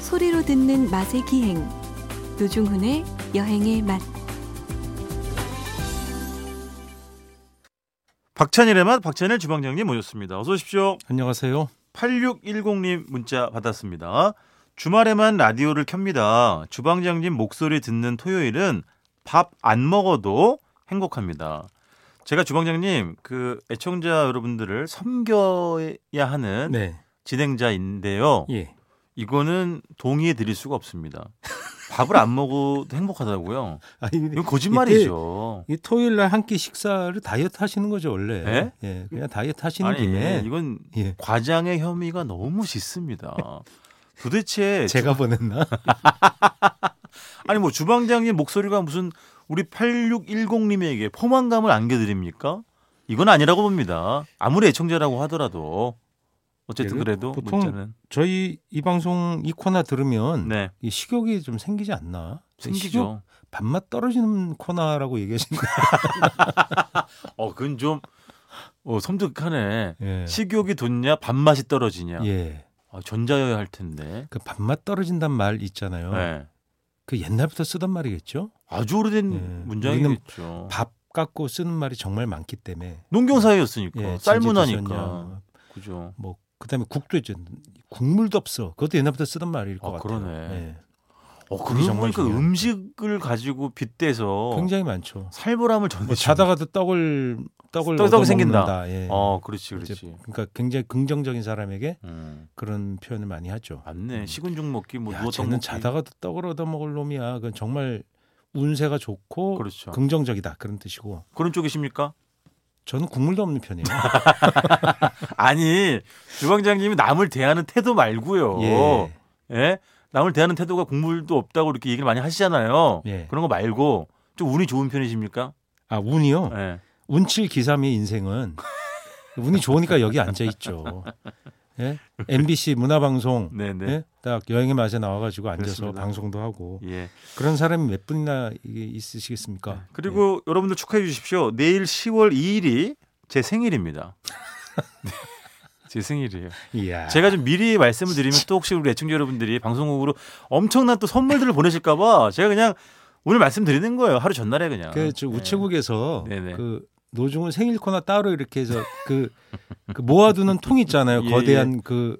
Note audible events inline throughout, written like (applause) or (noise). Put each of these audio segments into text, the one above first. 소리로 듣는 맛의 기행 노중훈의 여행의 맛 박찬일의 맛 박찬일 주방장님 모셨습니다. 어서 오십시오. 안녕하세요. 8610님 문자 받았습니다. 주말에만 라디오를 켭니다. 주방장님 목소리 듣는 토요일은 밥 안 먹어도 행복합니다. 제가 주방장님 그 애청자 여러분들을 섬겨야 하는 네. 진행자인데요. 예. 이거는 동의해 드릴 수가 없습니다. 밥을 안 먹어도 행복하다고요? 아니 근데 이건 거짓말이죠. 이 토요일 날 한 끼 식사를 다이어트 하시는 거죠, 원래. 예? 예. 그냥 다이어트 하시는 아니 김에 이건 예. 과장의 혐의가 너무 짙습니다. 도대체 (laughs) (laughs) 제가 보냈나? 아니 뭐 주방장님 목소리가 무슨 우리 8610님에게 포만감을 안겨드립니까? 이건 아니라고 봅니다. 아무리 애청자라고 하더라도 어쨌든 예, 그래도 보통- 문자는 저희 이 방송 이 코나 들으면 네 이 식욕이 좀 생기지 않나? 식욕 생기죠. 밥맛 떨어지는 코나라고 얘기하시는 거예요. 어 그건 좀 어, 섬뜩하네. (laughs) 예. 식욕이 돋냐 밥맛이 떨어지냐. 예. 아, 전자여야 할 텐데. 그 밥맛 떨어진단 말 있잖아요. 네. 그 옛날부터 쓰던 말이겠죠? 아주 오래된 예, 문장이겠죠. 밥 갖고 쓰는 말이 정말 많기 때문에. 농경사회였으니까 예, 어, 쌀문화니까. 진지도서냐, 그죠. 뭐 그다음에 국도 있죠. 국물도 없어. 그것도 옛날부터 쓰던 말일 것 아, 같아요. 그러네. 예. 어, 그게 그러고 정말 보니까 중요하다. 음식을 가지고 빗대서 굉장히 많죠. 살벌함을 전해. 뭐 자다가도 떡을 떡을 그렇죠. 떡- 떡이 얻어먹는다. 생긴다. 예. 어, 그렇지, 이제 그렇지. 그러니까 굉장히 긍정적인 사람에게 음, 그런 표현을 많이 하죠. 맞네. 음. 식은 죽 먹기, 아, 뭐 야, 누웠던 쟤는 먹기. 자다가도 떡을 얻어먹을 놈이야. 그건 정말 운세가 좋고 그렇죠. 긍정적이다 그런 뜻이고. 그런 쪽이십니까? (laughs) 저는 국물도 없는 편이에요. 아니, 주방장님이 남을 대하는 태도 말고요. 예. 예? 남을 대하는 태도가 국물도 없다고 이렇게 얘기를 많이 하시잖아요. 예. 그런 거 말고 좀 운이 좋은 편이십니까? 아 운이요. 예. 운칠기삼의 인생은 운이 좋으니까 여기 앉아 있죠. (laughs) 예? MBC 문화방송 네, 네. 예? 딱 여행의 맛에 나와가지고 앉아서 그렇습니다. 방송도 하고 예. 그런 사람이 몇 분이나 이게 있으시겠습니까? 네. 그리고 여러분들 축하해 주십시오. 내일 10월 2일이 제 (laughs) 생일입니다. 네, 제 생일이에요. 예. 이야. 아. 제가 좀 미리 말씀을 드리면 또 혹시 우리 애청자 여러분들이 방송국으로 엄청난 또 선물들을 보내실까봐 제가 그냥 오늘 말씀드리는 거예요. 하루 전날에 그냥. 그, 저 우체국에서 네. 네네. 그 노중훈 생일 코너 따로 이렇게 해서 그, 그 모아두는 통 (laughs) 있잖아요. 예, 거대한 그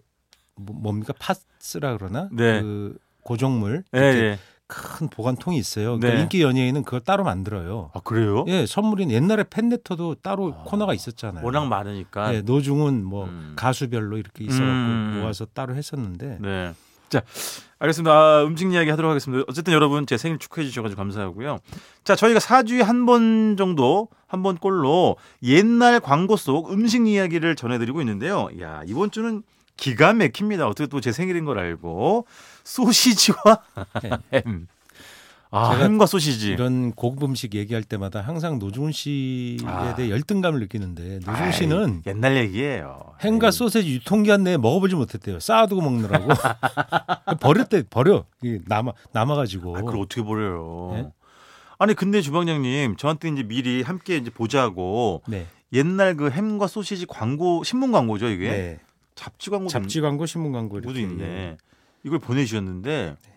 뭐- 뭡니까 파스라 그러나 네. 그 고정물 예, 이렇게 예. 큰 보관통이 있어요. 네. 그 인기 연예인은 그걸 따로 만들어요. 아, 그래요? 예, 선물인 옛날에 팬레터도 따로 아, 코너가 있었잖아요. 워낙 많으니까. 네. 예, 노중은 뭐 음. 가수별로 이렇게 있어갖고 음. 모아서 따로 했었는데 네. 자, 알겠습니다. 아, 음식 이야기 하도록 하겠습니다. 어쨌든 여러분 제 생일 축하해 주셔가지고 감사하고요. 자, 저희가 4주에 한 번 정도, 한 번 꼴로 옛날 광고 속 음식 이야기를 전해드리고 있는데요. 야 이번 주는 기가 막힙니다. 어떻게 또 제 생일인 걸 알고. 소시지와 햄. 아, 네. 제가 햄과 소시지. 이런 고급 음식 얘기할 때마다 항상 노중훈 씨에 아. 대해 열등감을 느끼는데 노중훈 아이, 씨는 옛날 얘기예요. 햄과 에이. 소세지 유통기한 내에 먹어보지 못했대요. (laughs) 쌓아두고 먹느라고 버렸대 버려 이게 남아 남아가지고 아, 그걸 어떻게 버려요? 예? 아니 근데 주방장님 저한테 이제 미리 함께 이제 보자고 네. 옛날 그 햄과 소시지 광고 신문 광고죠 이게 네. 잡지 광고 잡지 광고 신문 광고 모두 이렇게 있네 이걸 보내주셨는데 네.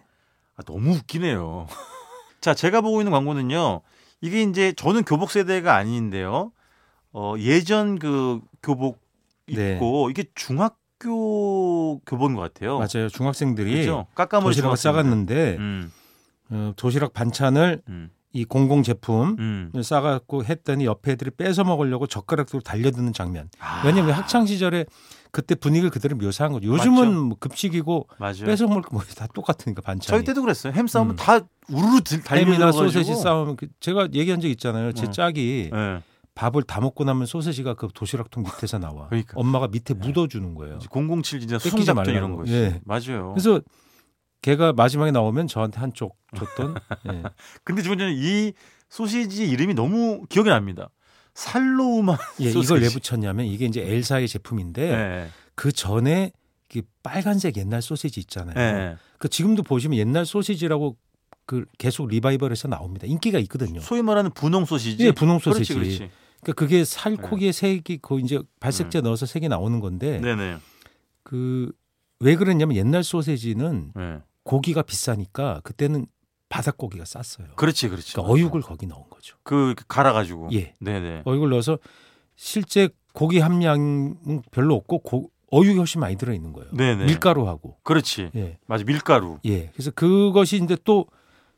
아, 너무 웃기네요. (laughs) 자 제가 보고 있는 광고는요 이게 이제 저는 교복 세대가 아닌데요 어, 예전 그 교복 네. 입고 이게 중학교 교복인 것 같아요. 어. 맞아요. 중학생들이 그렇죠? 깎아머리 도시락을 싸갔는데 음, 어, 도시락 반찬을 음, 이 공공 제품 음. 싸갖고 했더니 옆에 애들이 뺏어 먹으려고 젓가락으로 달려드는 장면. 아, 왜냐하면 학창 시절에 그때 분위기를 그대로 묘사한 거죠. 요즘은 맞죠. 예. 뭐 급식이고 맞아요. 뺏어 먹을 거다 똑같으니까 반찬이. 저희 때도 그랬어요. 햄 싸우면 음. 다 우르르 들- 달리면서 햄이나 소세지 싸우면 그- 제가 얘기한 적 있잖아요. 제 어. 짝이 예. 밥을 다 먹고 나면 소세지가 그 도시락통 밑에서 나와. 그러니까. 엄마가 밑에 묻어주는 거예요. 007 진짜 그렇죠. 뺏기지 수송작전 말라고. 이런 거지. 예. 맞아요. 그래서 걔가 마지막에 나오면 저한테 한쪽 줬던. 예. 근데 지금 저는 이 소시지 이름이 너무 기억이 납니다. 살로우만 예, 소세지. 이걸 왜 붙였냐면 이게 이제 엘사의 제품인데 예. 그 전에 그 빨간색 옛날 소세지 있잖아요. 예. 그 지금도 보시면 옛날 소시지라고 그 계속 리바이벌해서 나옵니다. 인기가 예. 있거든요. 소위 말하는 분홍 소시지. 예, 분홍 소세지. 그렇지, 그렇지. 그러니까 그게 네. 살코기에 색이 그 이제 음. 발색제 넣어서 예. 색이 나오는 건데 네, 네. 그 왜 그랬냐면 옛날 소세지는 예. 고기가 비싸니까 그때는 바닥 고기가 쌌어요. 그렇지, 그렇지. 그러니까 어육을 거기 넣은 거죠. 그 갈아가지고. 예. 네네. 어육을 넣어서 실제 고기 함량은 별로 없고 고- 어육이 훨씬 많이 들어 있는 거예요. 네네. 밀가루하고. 그렇지. 예. 맞아. 밀가루. 예. 그래서 그것이 이제 또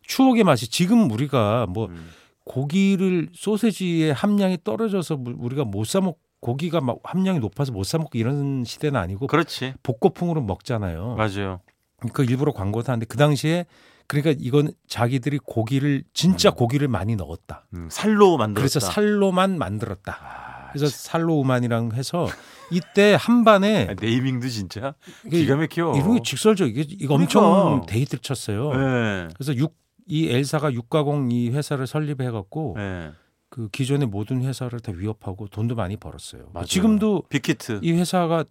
추억의 맛이 지금 우리가 뭐 음. 고기를 소세지의 함량이 떨어져서 물- 우리가 못 사 먹 고기가 막 함량이 높아서 못 사 먹고 이런 시대는 아니고 그렇지. 복고풍으로 먹잖아요. 맞아요. 그 일부러 광고도 하는데 그 당시에 그러니까 이건 자기들이 고기를 진짜 음. 고기를 많이 넣었다. 음, 살로 만들었다. 그래서 살로만 만들었다. 아, 그래서 살로 우만이랑 해서 이때 한반에 아, 네이밍도 진짜 이게 기가 막혀. 이름이 직설적 이게 이거 엄청 그러니까. 데이트를 쳤어요. 네. 그래서 육 이 엘사가 육가공 이 회사를 설립해 갖고 네. 그 기존의 모든 회사를 다 위협하고 돈도 많이 벌었어요. 맞아요. 지금도 빅히트. 이 회사가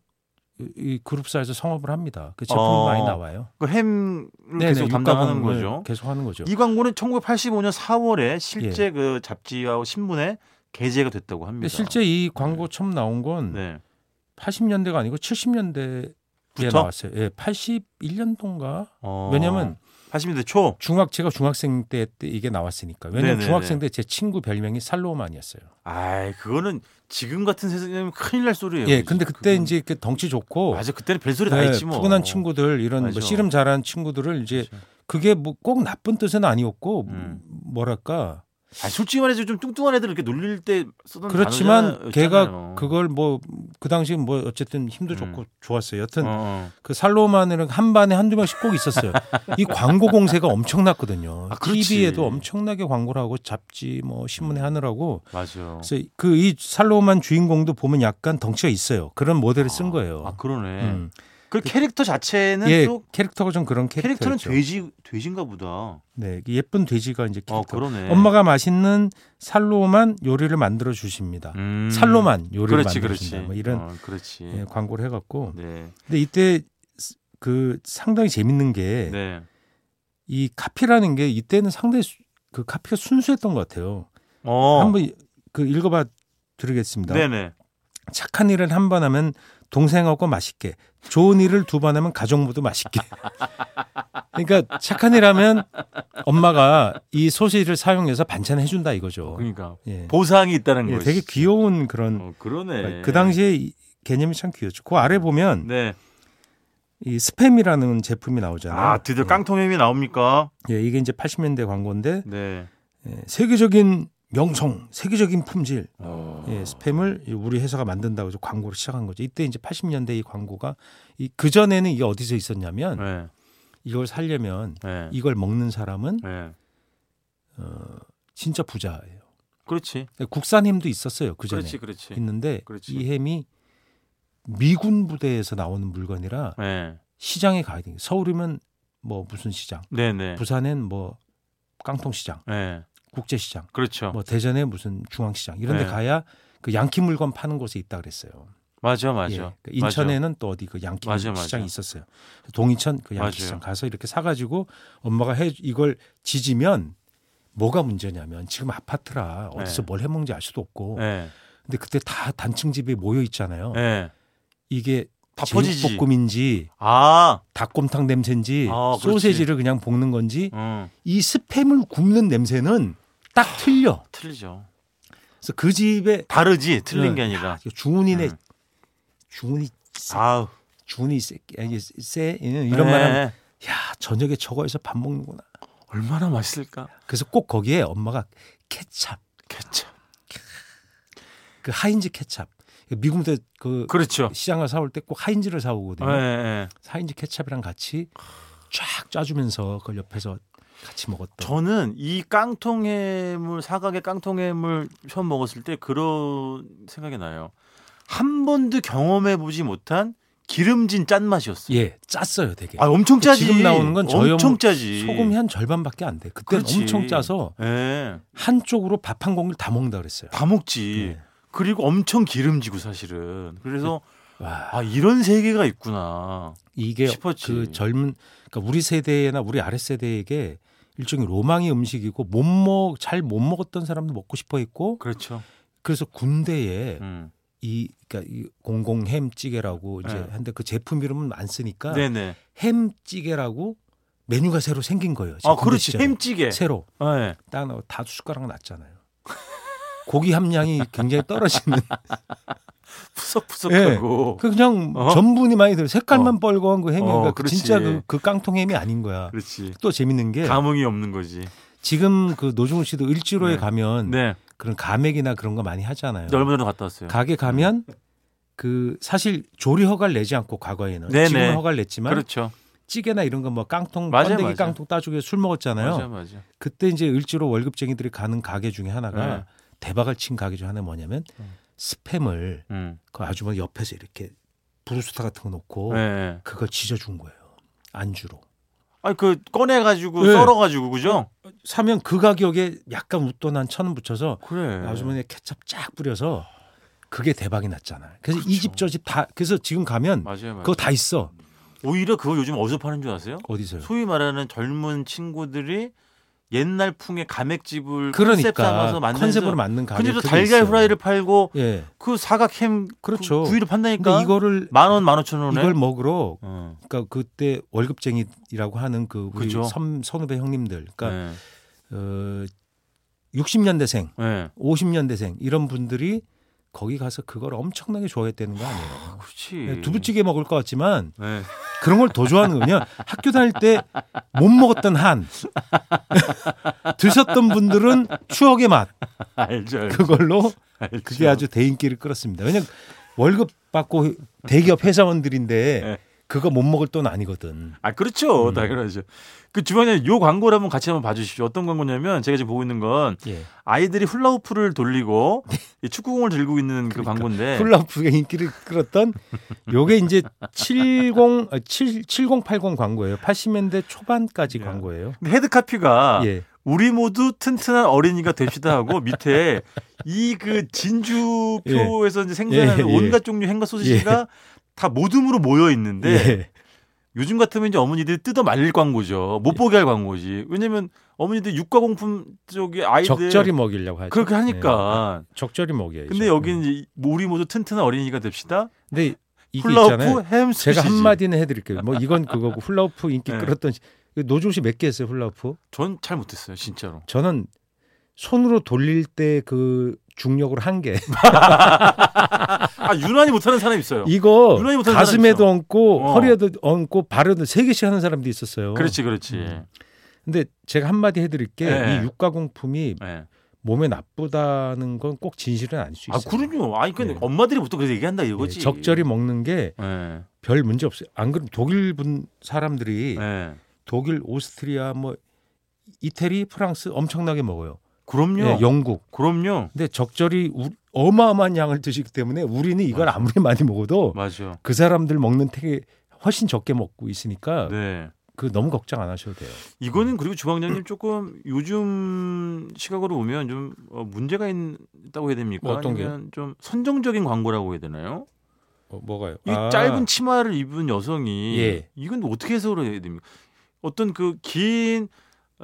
이- 이 그룹사에서 성업을 합니다. 그 제품 어. 이 많이 나와요. 그 햄을 네네, 계속 담당하는 육가공을 예. 거죠. 계속 하는 거죠. 이 광고는 1985년 4월에 실제 그 잡지와 신문에 게재가 됐다고 합니다. 예. 근데 실제 이 광고 처음 나온 건 네. 80년대가 아니고 70년대에 부터? 나왔어요. 예, 81년도인가? 어, 왜냐면 80년대 초. 중학 제가 중학생 때, 때 이게 나왔으니까. 왜냐면 네네네. 중학생 때 제 친구 별명이 살로만이었어요. 아이 그거는 지금 같은 세상이면 큰일 날 소리예요. 예, 네, 근데 그때 그렇죠. 그건- 이제 이렇게 덩치 좋고 맞아 그때는 별소리 다 예, 했지 뭐. 그렇죠. 푸근한 친구들 예. 이런 뭐 맞아. 씨름 잘하는 친구들을 이제 그게 뭐 꼭 나쁜 뜻은 아니었고 음. 뭐랄까 아 솔직히 말해서 좀 뚱뚱한 애들 이렇게 놀릴 때 쓰던 그렇지만 단어잖아요. 걔가 그걸 뭐 그 당시 뭐 어쨌든 힘도 음. 좋고 좋았어요. 어, 여튼 어. 그 살로만은 한 반에 한두 명씩 꼭 있었어요. 이 광고 공세가 엄청났거든요. 아, 그렇지. 음. TV에도 엄청나게 광고를 하고 잡지 뭐 신문에 하느라고 어. 맞아요. 그래서 그 이 살로만 주인공도 보면 약간 덩치가 있어요. 그런 모델을 쓴 거예요. 아 그러네. 음. 그 캐릭터 자체는 예, 또 캐릭터가 좀 그런 캐릭터였죠. 캐릭터는 돼지 돼지인가 보다. 네, 그 예쁜 돼지가 이제 어 캐릭터. 그러네. 엄마가 맛있는 살로만 요리를 만들어 주십니다. 음. 살로만 요리를 그렇지 만들어 그렇지. 준다. 뭐 이런 어, 그렇지. 예, 광고를 해갖고 네. 근데 이때 스- 그 상당히 재밌는 게 네. 이 카피라는 게 이때는 상당히 수- 그 카피가 순수했던 것 같아요. 어. 한번 그 읽어봐 드리겠습니다. 네네. 착한 일을 한 번 하면 동생하고 맛있게, 좋은 일을 두 번 하면 가족 모두 맛있게. (laughs) 그러니까 착한 일 하면 엄마가 이 소시지를 사용해서 반찬 해준다 이거죠. 그러니까 예. 보상이 있다는 예, 거지. 되게 귀여운 그런 어, 그러네. 그 당시에 이 개념이 참 귀엽죠. 그 아래 보면 네. 이 스팸이라는 제품이 나오잖아요. 아 드디어 예. 깡통햄이 나옵니까? 예, 이게 이제 80년대 광고인데 네. 예, 세계적인 명성, 세계적인 품질, 어. 예, 스팸을 이 우리 회사가 만든다고 해서 광고를 시작한 거죠. 이때 이제 80년대 이 광고가 그 전에는 이게 어디서 있었냐면 네. 이걸 살려면 네. 이걸 먹는 사람은 네. 어, 진짜 부자예요. 그렇지. 그러니까 국산 햄도 있었어요. 그 전에 그렇지. 그렇지. 있는데 그렇지. 이 햄이 미군 부대에서 나오는 물건이라 네. 시장에 가야 돼요. 서울이면 뭐 무슨 시장, 네, 네. 부산엔 뭐 깡통 시장, 네. 국제 시장. 그렇죠. 뭐 대전에 무슨 중앙시장 이런 데 네. 가야 그 양키 물건 파는 곳에 있다 그랬어요. 맞아, 예. 맞아. 그 인천에는 또 어디 그 양키 맞아, 맞아. 시장이 있었어요. 동인천 그 맞아요. 양키 시장 가서 이렇게 사 가지고 엄마가 해 이걸 지지면 뭐가 문제냐면 지금 아파트라 어디서 네. 뭘 해먹는지 알 수도 없고 네. 근데 그때 다 단층 집에 모여 있잖아요. 네. 이게 다 퍼지지. 제육볶음인지 아. 닭곰탕 냄새인지 아, 그렇지. 음. 소세지를 그냥 볶는 건지 응. 이 스팸을 굽는 냄새는 딱 틀려. 틀리죠. 그래서 그 집에 다르지. 틀린 네. 게 아니라. 이거 중훈이네 음. 중훈이 세- 아우. 중훈이 세, 아, 이게 세 예. 이런 말하면 네. 야 저녁에 저거에서 밥 먹는구나 얼마나 맛있을까? 그래서 꼭 거기에 엄마가 케찹 개참. 그 하인즈 케찹 미국대 그 그렇죠. 시장을 사올 때 꼭 하인즈를 사오거든요 네. 네. 하인즈 케찹이랑 같이 쫙 짜주면서 그걸 옆에서 같이 먹었던 네. 저는 이 깡통해물 사각의 깡통해물 처음 먹었을 때 그런 생각이 나요. 한 번도 경험해 보지 못한 기름진 짠 맛이었어요. 예 짰어요 되게 아 엄청 짜지. 지금 나오는 건 저염- 엄청 짜지. 소금이 한 절반밖에 안 돼 그때 그렇지. 엄청 짜서 예. 한쪽으로 밥 한 공기를 다 먹는다 그랬어요 다 먹지. 예. 그리고 엄청 기름지고 사실은. 그래서 와 아 이런 세계가 있구나. 이게 싶었지. 그 젊은 그러니까 우리 세대나 우리 아래 세대에게 일종의 로망의 음식이고 못먹잘 못 먹었던 사람도 먹고 싶어 했고 그렇죠. 그래서 군대에 음. 이 그러니까 이 공공 햄찌개라고 이제 네. 한데 그 제품 이름은 안 쓰니까 네네. 햄찌개라고 메뉴가 새로 생긴 거예요. 아, 제품도 그렇지. 시절에. 햄찌개. 새로. 예. 딱 나와 다 숟가락 났잖아요. (laughs) 고기 함량이 굉장히 (laughs) 떨어지는. 푸석푸석하고. 그 그냥 어? 전분이 많이 들어. 색깔만 뻘거한 그 햄이니까 어, 그 그렇지. 진짜 그, 그 깡통 햄이 아닌 거야. 그렇지. 또 재밌는 게 감흥이 없는 거지. 지금 지금 그 노중훈 씨도 일지로에 네. 가면 네. 그런 가맥이나 그런 거 많이 하잖아요. 얼마 전에 갔다 왔어요. 가게 가면 네. 그 사실 조리 허가를 내지 않고 과거에는 네네. 지금은 허가를 냈지만 그렇죠. 찌개나 이런 거 뭐 깡통 맞아요, 번데기 맞아요. 깡통 따주게 술 먹었잖아요. 맞아 맞아. 그때 이제 을지로 월급쟁이들이 가는 가게 중에 하나가 네. 대박을 친 가게 중에 하나 뭐냐면 음. 스팸을 음. 그 아주머니 옆에서 이렇게 브루스타 같은 거 놓고 네. 그걸 지져준 거예요. 안주로. 아니 그 꺼내 가지고 네. 썰어 가지고 그죠? 사면 그 가격에 약간 웃돈 한 천 원 붙여서 그래. 아주머니에 케첩 쫙 뿌려서 그게 대박이 났잖아요. 그래서 그렇죠. 이 집 저 집 다 그래서 지금 가면 맞아요. 맞아요. 그거 다 있어. 오히려 그거 요즘 어디서 파는 줄 아세요? 어디서요? 소위 말하는 젊은 친구들이 옛날 풍의 가맥집을 컨셉 그러니까 삼아서 만드는 컨셉으로 만든 가게. 근데도 그게 달걀 있어요. 후라이를 팔고 예. 그 사각햄 그 그렇죠. 구이를 판다니까 근데 이거를 만 원, 만 오천 원에 이걸 뭐 먹으러 어. 그러니까 그때 월급쟁이라고 하는 그 우리 그죠. 선, 선후배 형님들, 그러니까 네. 어, 60년대생, 네. 50년대생 이런 분들이 거기 가서 그걸 엄청나게 좋아했다는 거 아니에요. 그렇지. 네, 두부찌개 먹을 것 같지만 네. (laughs) 그런 걸 더 좋아하는 거냐? 학교 다닐 때 못 먹었던 한 (laughs) 드셨던 분들은 추억의 맛 알죠. 그렇죠. 알죠. 그걸로 알죠. 그게 아주 대인기를 끌었습니다. 왜냐 면 월급 받고 대기업 네. 회사원들인데 그거 못 먹을 돈 아니거든. 아 그렇죠 음. 당연하죠 그 주변에 요 광고를 한번 같이 한번 봐주십시오 어떤 광고냐면 제가 지금 보고 있는 건 예. 아이들이 훌라후프를 (laughs) 돌리고 이 축구공을 들고 있는 그 네. 그러니까 광고인데 훌라후프의 인기를 끌었던 요게 이제 70 아, 7 7080 광고예요. 80년대 초반까지 예. 광고예요. 근데 헤드카피가 예. 우리 모두 튼튼한 어린이가 됩시다 하고 밑에 이 그 진주표에서 이제 생산하는 예, 예. 온갖 종류 행과 소시지가 다 모둠으로 모여 있는데 예. 요즘 같으면 이제 어머니들이 뜯어 말릴 광고죠 예. 못 보게 할 광고지 왜냐면 어머니들 육과 공품 쪽에 아이들 적절히 먹이려고 하죠. 그렇게 예. 하니까 적절히 먹여야죠. 음. 근데 여기는 이제 우리 모두 튼튼한 어린이가 됩시다. 근데 이게 있잖아요. 훌라후프 햄 스시지. 제가 한 마디는 해 드릴게요. 뭐 (laughs) 이건 그거고 훌라후프 인기 예. 끌었던 그 노조 씨 몇 개 했어요, 훌라후프? 전잘 못했어요, 진짜로. 저는 손으로 돌릴 때 그 중력으로 한 개. 어. 아 유난히 못하는 사람이 있어요. 이거 유난히 못하는 가슴에도 얹고 어. 허리에도 얹고 발에도 세 개씩 하는 사람도 있었어요. 그렇지, 그렇지. 음. 근데 제가 한마디 해드릴게 네. 이 육가공품이 예. 몸에 나쁘다는 건 꼭 진실은 아닐 수 아 있어요. 그럼요. 아니 근데 예. 엄마들이 보통 그렇게 얘기한다 이거지. 예, 적절히 먹는 게 별 예. 문제 없어요. 안 그럼 독일 분 사람들이 예. 독일, 오스트리아, 뭐 이태리, 프랑스 엄청나게 먹어요. 그럼요. 예, 영국. 그럼요. 근데 적절히 우- 어마어마한 양을 드시기 때문에 우리는 이걸 맞아. 아무리 많이 먹어도 맞아. 그 사람들 먹는 택이 훨씬 적게 먹고 있으니까 네. 그 너무 걱정 안 하셔도 돼요. 음. 이거는 그리고 주방장님 조금 요즘 시각으로 보면 좀 어, 문제가 있다고 해야 됩니까? 뭐 어떤 게요? 아니면 좀 선정적인 광고라고 해야 되나요? 어, 뭐가요? 이 짧은 치마를 입은 여성이 아. 예. 이건 어떻게 해석을 해야 됩니까? 어떤 그 긴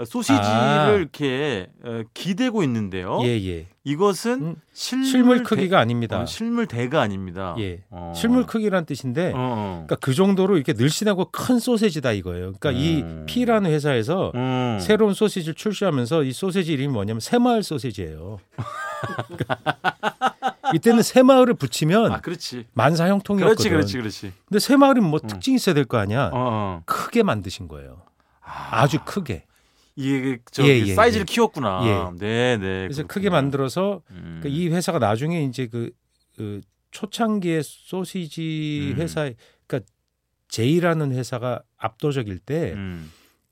소시지를 아. 이렇게 어, 기대고 있는데요. 예예. 이것은 음, 실물, 실물 대- 크기가 아닙니다. 어, 실물 대가 아닙니다. 예. 어. 실물 크기란 뜻인데 어, 어. 그러니까 그 정도로 이렇게 늘씬하고 큰 소세지다 이거예요. 그러니까 음. 이 P라는 회사에서 음. 그러니까 새로운 소시지를 출시하면서 이 소세지 이름이 뭐냐면 (laughs) 새마을 소세지예요. 그러니까 이때는 새마을을 붙이면 아 그렇지. 만사 그렇지, 형통이었거든. 그렇지, 그렇지. 근데 새마을은 뭐 음. 특징이 있어야 될 거 아니야. 어, 어. 크게 만드신 거예요. 아, 아주 크게. 이게 그 저 예, 예, 사이즈를 예. 키웠구나. 네, 네. 그래서 그렇군요. 크게 만들어서 음. 그러니까 이 회사가 나중에 이제 그, 그 초창기의 소시지 음. 회사 그러니까 제이라는 회사가 압도적일 음. 때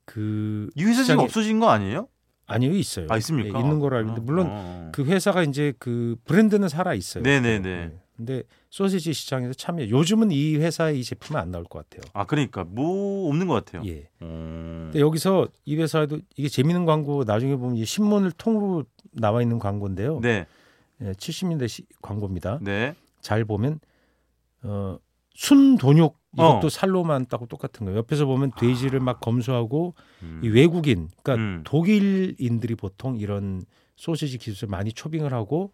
그 이 회사 지금 시장에- 없어진 거 아니에요? 아니요 있어요. 아 있습니까? 예, 있는 걸로 알고 있는데 물론 어. 그 회사가 이제 그 브랜드는 살아 있어요. 예. 네네네. 근데 소시지 시장에서 참여. 요즘은 이 회사의 이 제품은 안 나올 것 같아요. 아 그러니까 뭐 없는 것 같아요. 예. 음. 근데 여기서 이 회사에도 이게 재밌는 광고 나중에 보면 이 신문을 통으로 나와 있는 광고인데요. 네, 예, 70년대 시, 광고입니다. 네. 잘 보면 어 순돈육 이것도 어. 아. 살로만 따고 똑같은 거예요. 옆에서 보면 돼지를 막 검수하고 음. 이 외국인, 그러니까 음. 독일인들이 보통 이런 소시지 기술을 많이 초빙을 하고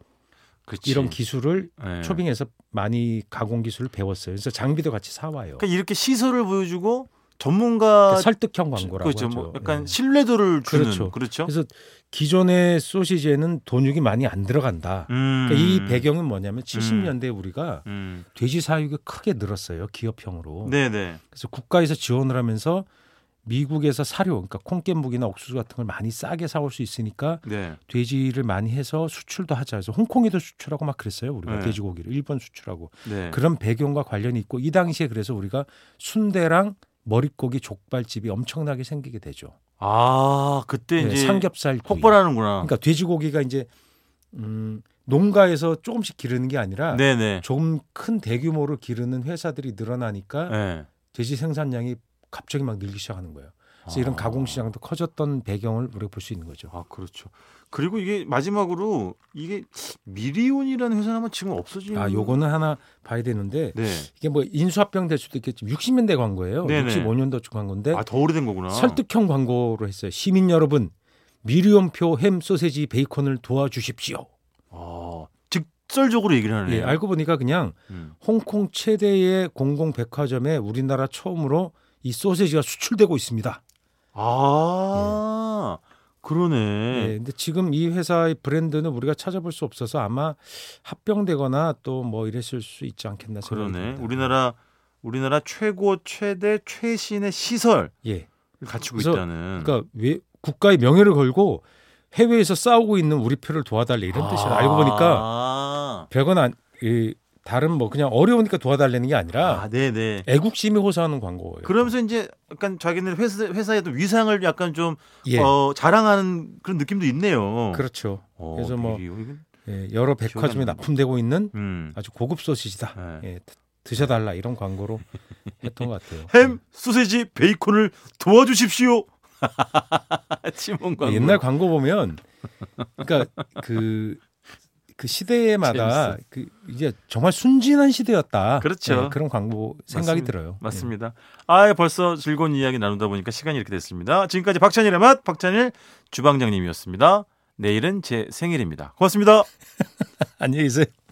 그치. 이런 기술을 예. 초빙해서 많이 가공 기술을 배웠어요. 그래서 장비도 같이 사와요. 그러니까 이렇게 시설을 보여주고 전문가 그러니까 설득형 광고라고 그렇죠. 뭐 하죠. 약간 예. 신뢰도를 주는 그렇죠. 그렇죠. 그래서 기존의 소시지에는 돈육이 많이 안 들어간다. 음. 그러니까 이 배경은 뭐냐면 70년대 에 우리가 음. 돼지 사육이 크게 늘었어요 기업형으로. 네네. 그래서 국가에서 지원을 하면서 미국에서 사료, 그러니까 콩깻묵이나 옥수수 같은 걸 많이 싸게 사올 수 있으니까 네. 돼지를 많이 해서 수출도 하자. 그래서 홍콩에도 수출하고 막 그랬어요. 우리가 네. 돼지고기를 일본 수출하고 네. 그런 배경과 관련이 있고 이 당시에 그래서 우리가 순대랑 머릿고기 족발집이 엄청나게 생기게 되죠. 아 그때 네, 이제 삼겹살 구이. 폭발하는구나. 그러니까 돼지고기가 이제 음, 농가에서 조금씩 기르는 게 아니라 네네. 좀 큰 대규모로 기르는 회사들이 늘어나니까 네. 돼지 생산량이 갑자기 막 늘기 시작하는 거예요. 그래서 이런 아. 가공 시장도 커졌던 배경을 우리가 볼 수 있는 거죠. 아 그렇죠. 그리고 이게 마지막으로 이게 미리온이라는 회사는 아마 지금 없어진. 아, 요거는 하나 봐야 되는데 음. 네. 이게 뭐 인수합병 될 수도 있겠지만 60년대 광고예요. 네네. 65년도 중 광고인데 아더 오래된 거구나. 설득형 광고로 했어요. 시민 여러분, 미리온표 햄 소세지 베이컨을 도와주십시오. 아 직설적으로 얘기를 하네요. 예, 알고 보니까 그냥 음. 홍콩 최대의 공공 백화점에 우리나라 처음으로 이 소세지가 수출되고 있습니다. 아 예. 네. 그러네. 근데 지금 이 회사의 브랜드는 우리가 찾아볼 수 없어서 아마 합병되거나 또 뭐 이랬을 수 있지 않겠나 생각이 그러네. 듭니다. 우리나라 우리나라 최고 최대 최신의 시설 예. 갖추고 그래서 있다는. 그러니까 왜 국가의 명예를 걸고 해외에서 싸우고 있는 우리 표를 도와달래 이런 뜻이라 알고 보니까 아, 별건 안, 이, 다른 뭐 그냥 어려우니까 도와달라는 게 아니라 예. 아 네네. 애국심이 호소하는 광고예요. 그러면서 이제 약간 자기네 회사 회사의 또 위상을 약간 좀 예. 어, 자랑하는 그런 느낌도 있네요. 그렇죠. 어, 그래서 뭐- 미리 이건- 예, 여러 백화점에 기억이 안 납품되고 있는 음. 아주 고급 소시지다. 네. 예, 드- 드셔달라 (laughs) 이런 광고로 했던 것 같아요. 햄, 소세지, 베이컨을 도와주십시오. (laughs) 지문 광고. 예, 옛날 광고 보면 그러니까 그. 그 시대마다 재밌어. 그 이제 정말 순진한 시대였다. 그렇죠. 예, 그런 광고 생각이 맞습니다. 들어요. 예. 맞습니다. 아, 벌써 즐거운 이야기 나누다 보니까 시간이 이렇게 됐습니다. 지금까지 박찬일의 맛, 박찬일 주방장님이었습니다. 내일은 제 생일입니다. 고맙습니다. (laughs) 안녕히 계세요.